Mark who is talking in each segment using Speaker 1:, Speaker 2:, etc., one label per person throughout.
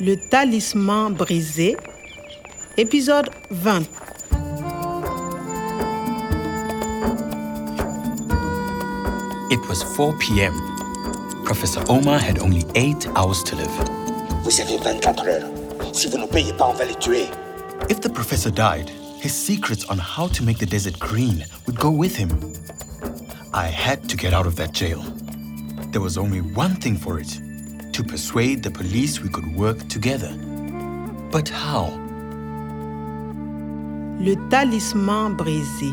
Speaker 1: Le talisman brisé, épisode 20.
Speaker 2: It was 4 p.m. Professor Omar had only eight hours to live.
Speaker 3: Vous avez 24 heures. Si vous ne payez pas, on va les tuer.
Speaker 2: If the professor died, his secrets on how to make the desert green would go with him. I had to get out of that jail. There was only one thing for it to persuade the police we could work together. But how?
Speaker 1: Le talisman brisé.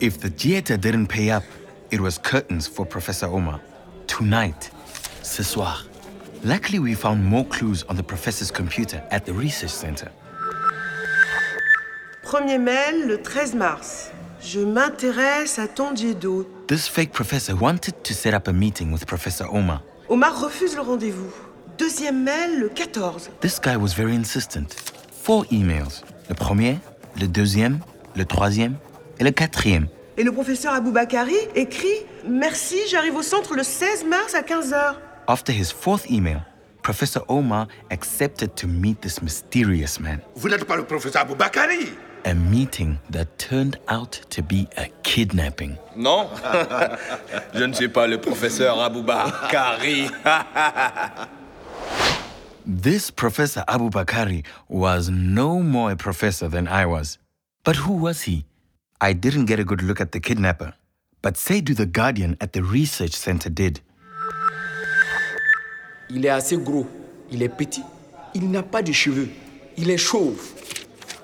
Speaker 2: If the theater didn't pay up, it was curtains for Professor Omar. Tonight, ce soir. Luckily, we found more clues on the professor's computer at the research center.
Speaker 4: Premier mail le 13 mars. Je m'intéresse à ton jet d'eau.
Speaker 2: This fake professor wanted to set up a meeting with Professor Omar.
Speaker 4: Omar refuse le rendez-vous. Deuxième mail le 14.
Speaker 2: This guy was very insistent. Four emails. Le premier, le deuxième, le troisième et le quatrième.
Speaker 4: Et le professeur Aboubakari écrit Merci, j'arrive au centre le 16 mars à 15h.
Speaker 2: After his fourth email, Professor Omar accepted to meet this mysterious man.
Speaker 5: Vous n'êtes pas le professeur Aboubakari
Speaker 2: A meeting that turned out to be a kidnapping.
Speaker 6: Non Je ne suis pas le professeur Aboubakari.
Speaker 2: This Professor Abu Bakari was no more a professor than I was. But who was he? I didn't get a good look at the kidnapper, but Seydu the Guardian at the research center did.
Speaker 7: Il est assez gros, il est petit, il n'a pas de cheveux, il est chauve.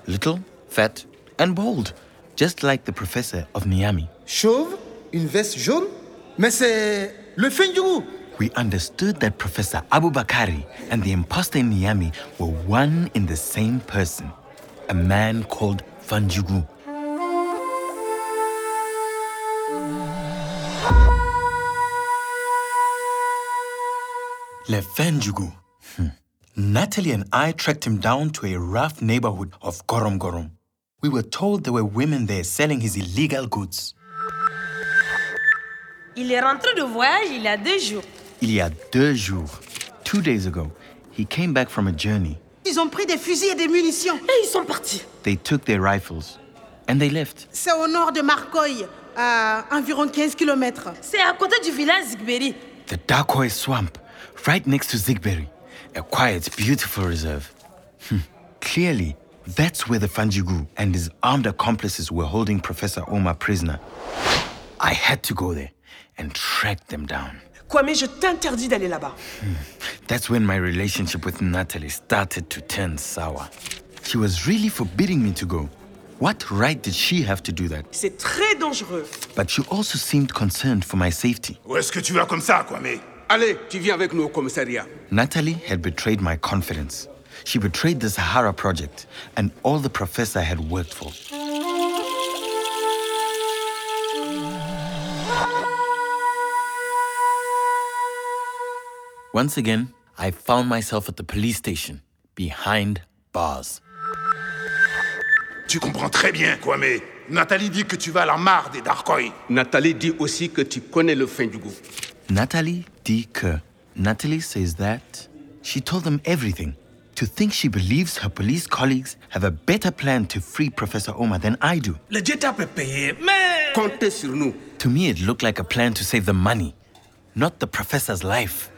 Speaker 2: Little, fat, and bald, just like the professor of Niami.
Speaker 8: chauve, une veste jaune, mais c'est le fin du goût.
Speaker 2: We understood that Professor Abu Bakari and the imposter in Niami were one in the same person, a man called Fanjugu. Le Fanjugu. Hmm. Natalie and I tracked him down to a rough neighborhood of Gorom Gorom. We were told there were women there selling his illegal goods.
Speaker 9: Il est rentré de voyage il y a deux jours.
Speaker 2: Il y a deux jours, two days ago, he came back from a journey.
Speaker 4: Ils ont pris des fusils et des munitions.
Speaker 9: Et ils sont partis.
Speaker 2: They took their rifles and they left.
Speaker 1: C'est au nord de Marcoy, à environ 15 km.
Speaker 9: C'est à côté du village Zigberi.
Speaker 2: The Dakoy Swamp, right next to Zigberry, a quiet, beautiful reserve. Hmm. Clearly, that's where the Fanjugu and his armed accomplices were holding Professor Omar prisoner. I had to go there and track them down.
Speaker 4: Quoi, mais je t'interdis d'aller là-bas.
Speaker 2: That's when my relationship with Natalie started to turn sour. She was really forbidding me to go. What right did she have to do that?
Speaker 4: C'est très dangereux.
Speaker 2: But she also seemed concerned for my safety.
Speaker 5: Où est-ce que tu vas comme ça, Kwame
Speaker 10: Allez, tu viens avec nous au commissariat.
Speaker 2: Natalie had betrayed my confidence. She betrayed the Sahara Project and all the professor had worked for. Once again, I found myself at the police station, behind bars.
Speaker 5: Tu comprends très bien, Kwame. Nathalie dit que tu vas à la mare des Darkoi.
Speaker 10: Nathalie dit aussi que tu connais le fin du goût.
Speaker 2: Natalie D. Kerr. Natalie says that she told them everything. To think she believes her police colleagues have a better plan to free Professor Omar than I do.
Speaker 11: Le jet peut payer, mais
Speaker 10: Comptez sur nous.
Speaker 2: To me, it looked like a plan to save the money, not the professor's life.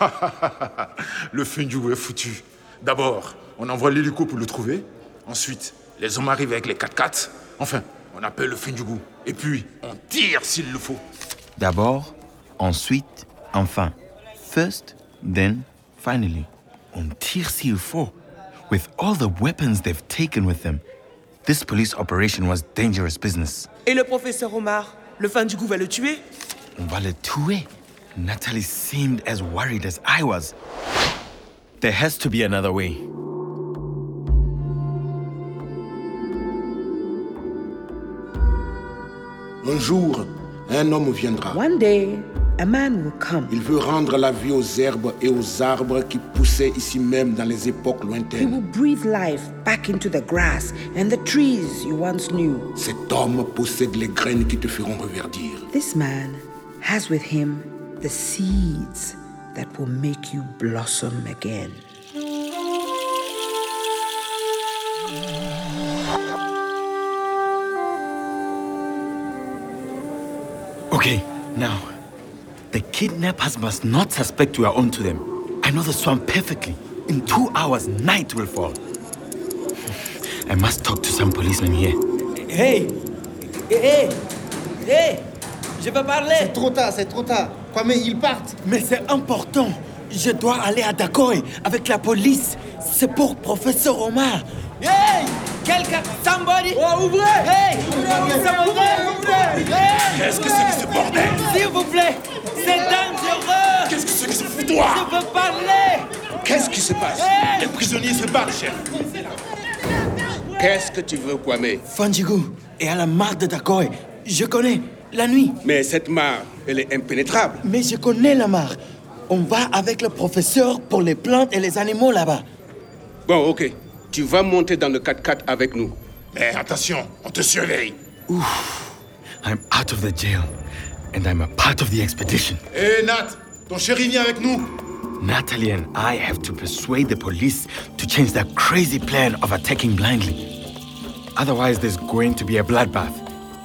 Speaker 5: le fin du goût est foutu. D'abord, on envoie l'hélico pour le trouver. Ensuite, les hommes arrivent avec les 4x4. Enfin, on appelle le fin du goût. Et puis, on tire s'il le faut.
Speaker 2: D'abord, ensuite, enfin. First, then, finally. On tire s'il faut. With all the weapons they've taken with them, this police operation was dangerous business.
Speaker 4: Et le professeur Omar, le fin du goût va le tuer
Speaker 2: On va le tuer. Natalie seemed as worried as I was. There has to be another way.
Speaker 3: Un jour, un homme viendra.
Speaker 12: One day, a man will come.
Speaker 3: Il veut rendre la vie aux herbes et aux arbres qui poussaient ici même dans les époques
Speaker 12: He
Speaker 3: lointaines.
Speaker 12: will breathe life back into the grass and the trees you once knew.
Speaker 3: Cet homme possède les graines qui te feront reverdir.
Speaker 12: This man has with him the seeds that will make you blossom again.
Speaker 2: Okay, now, the kidnappers must not suspect we are onto them. I know the swamp perfectly. In two hours, night will fall. I must talk to some policemen here.
Speaker 4: Hey Hé Hé Hé Je veux parler
Speaker 13: C'est trop tard, c'est trop tard. Kwame, ils partent.
Speaker 4: Mais c'est important Je dois aller à Dakoy avec la police. C'est pour professeur Omar. Hey Quelqu'un Somebody Oh, ouvrez Hey Ouvrez, ouvrez, ouvrez, Hey
Speaker 5: Qu'est-ce que c'est que ce bordel
Speaker 4: S'il vous plaît C'est dangereux
Speaker 5: Qu'est-ce que c'est que ce foutoir
Speaker 4: Je veux parler
Speaker 5: Qu'est-ce qui se passe
Speaker 4: Hey
Speaker 5: Les prisonniers se battent, chef.
Speaker 10: Qu'est-ce que tu veux, Kwame
Speaker 4: Fanjigu et à la mare de Dakoy. Je connais la nuit.
Speaker 10: Mais cette mare, elle est impénétrable.
Speaker 4: Mais je connais la mare. On va avec le professeur pour les plantes et les animaux là-bas.
Speaker 10: Bon, ok. Tu vas monter dans le 4x4 avec nous.
Speaker 5: Mais attention, on te surveille.
Speaker 2: I'm out of the jail, and I'm a part of the expedition.
Speaker 5: Hé, Nat, ton chéri vient avec nous.
Speaker 2: Natalie and I have to persuade the police to change their crazy plan of attacking blindly. Otherwise, there's going to be a bloodbath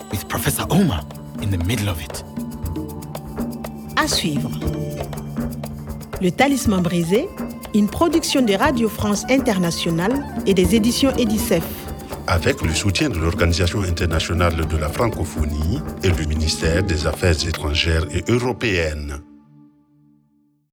Speaker 2: with Professor Omar in the middle of it.
Speaker 1: À suivre. Le Talisman brisé, une production de Radio France Internationale et des éditions Edicef.
Speaker 14: Avec le soutien de l'Organisation internationale de la francophonie et du ministère des Affaires étrangères et européennes.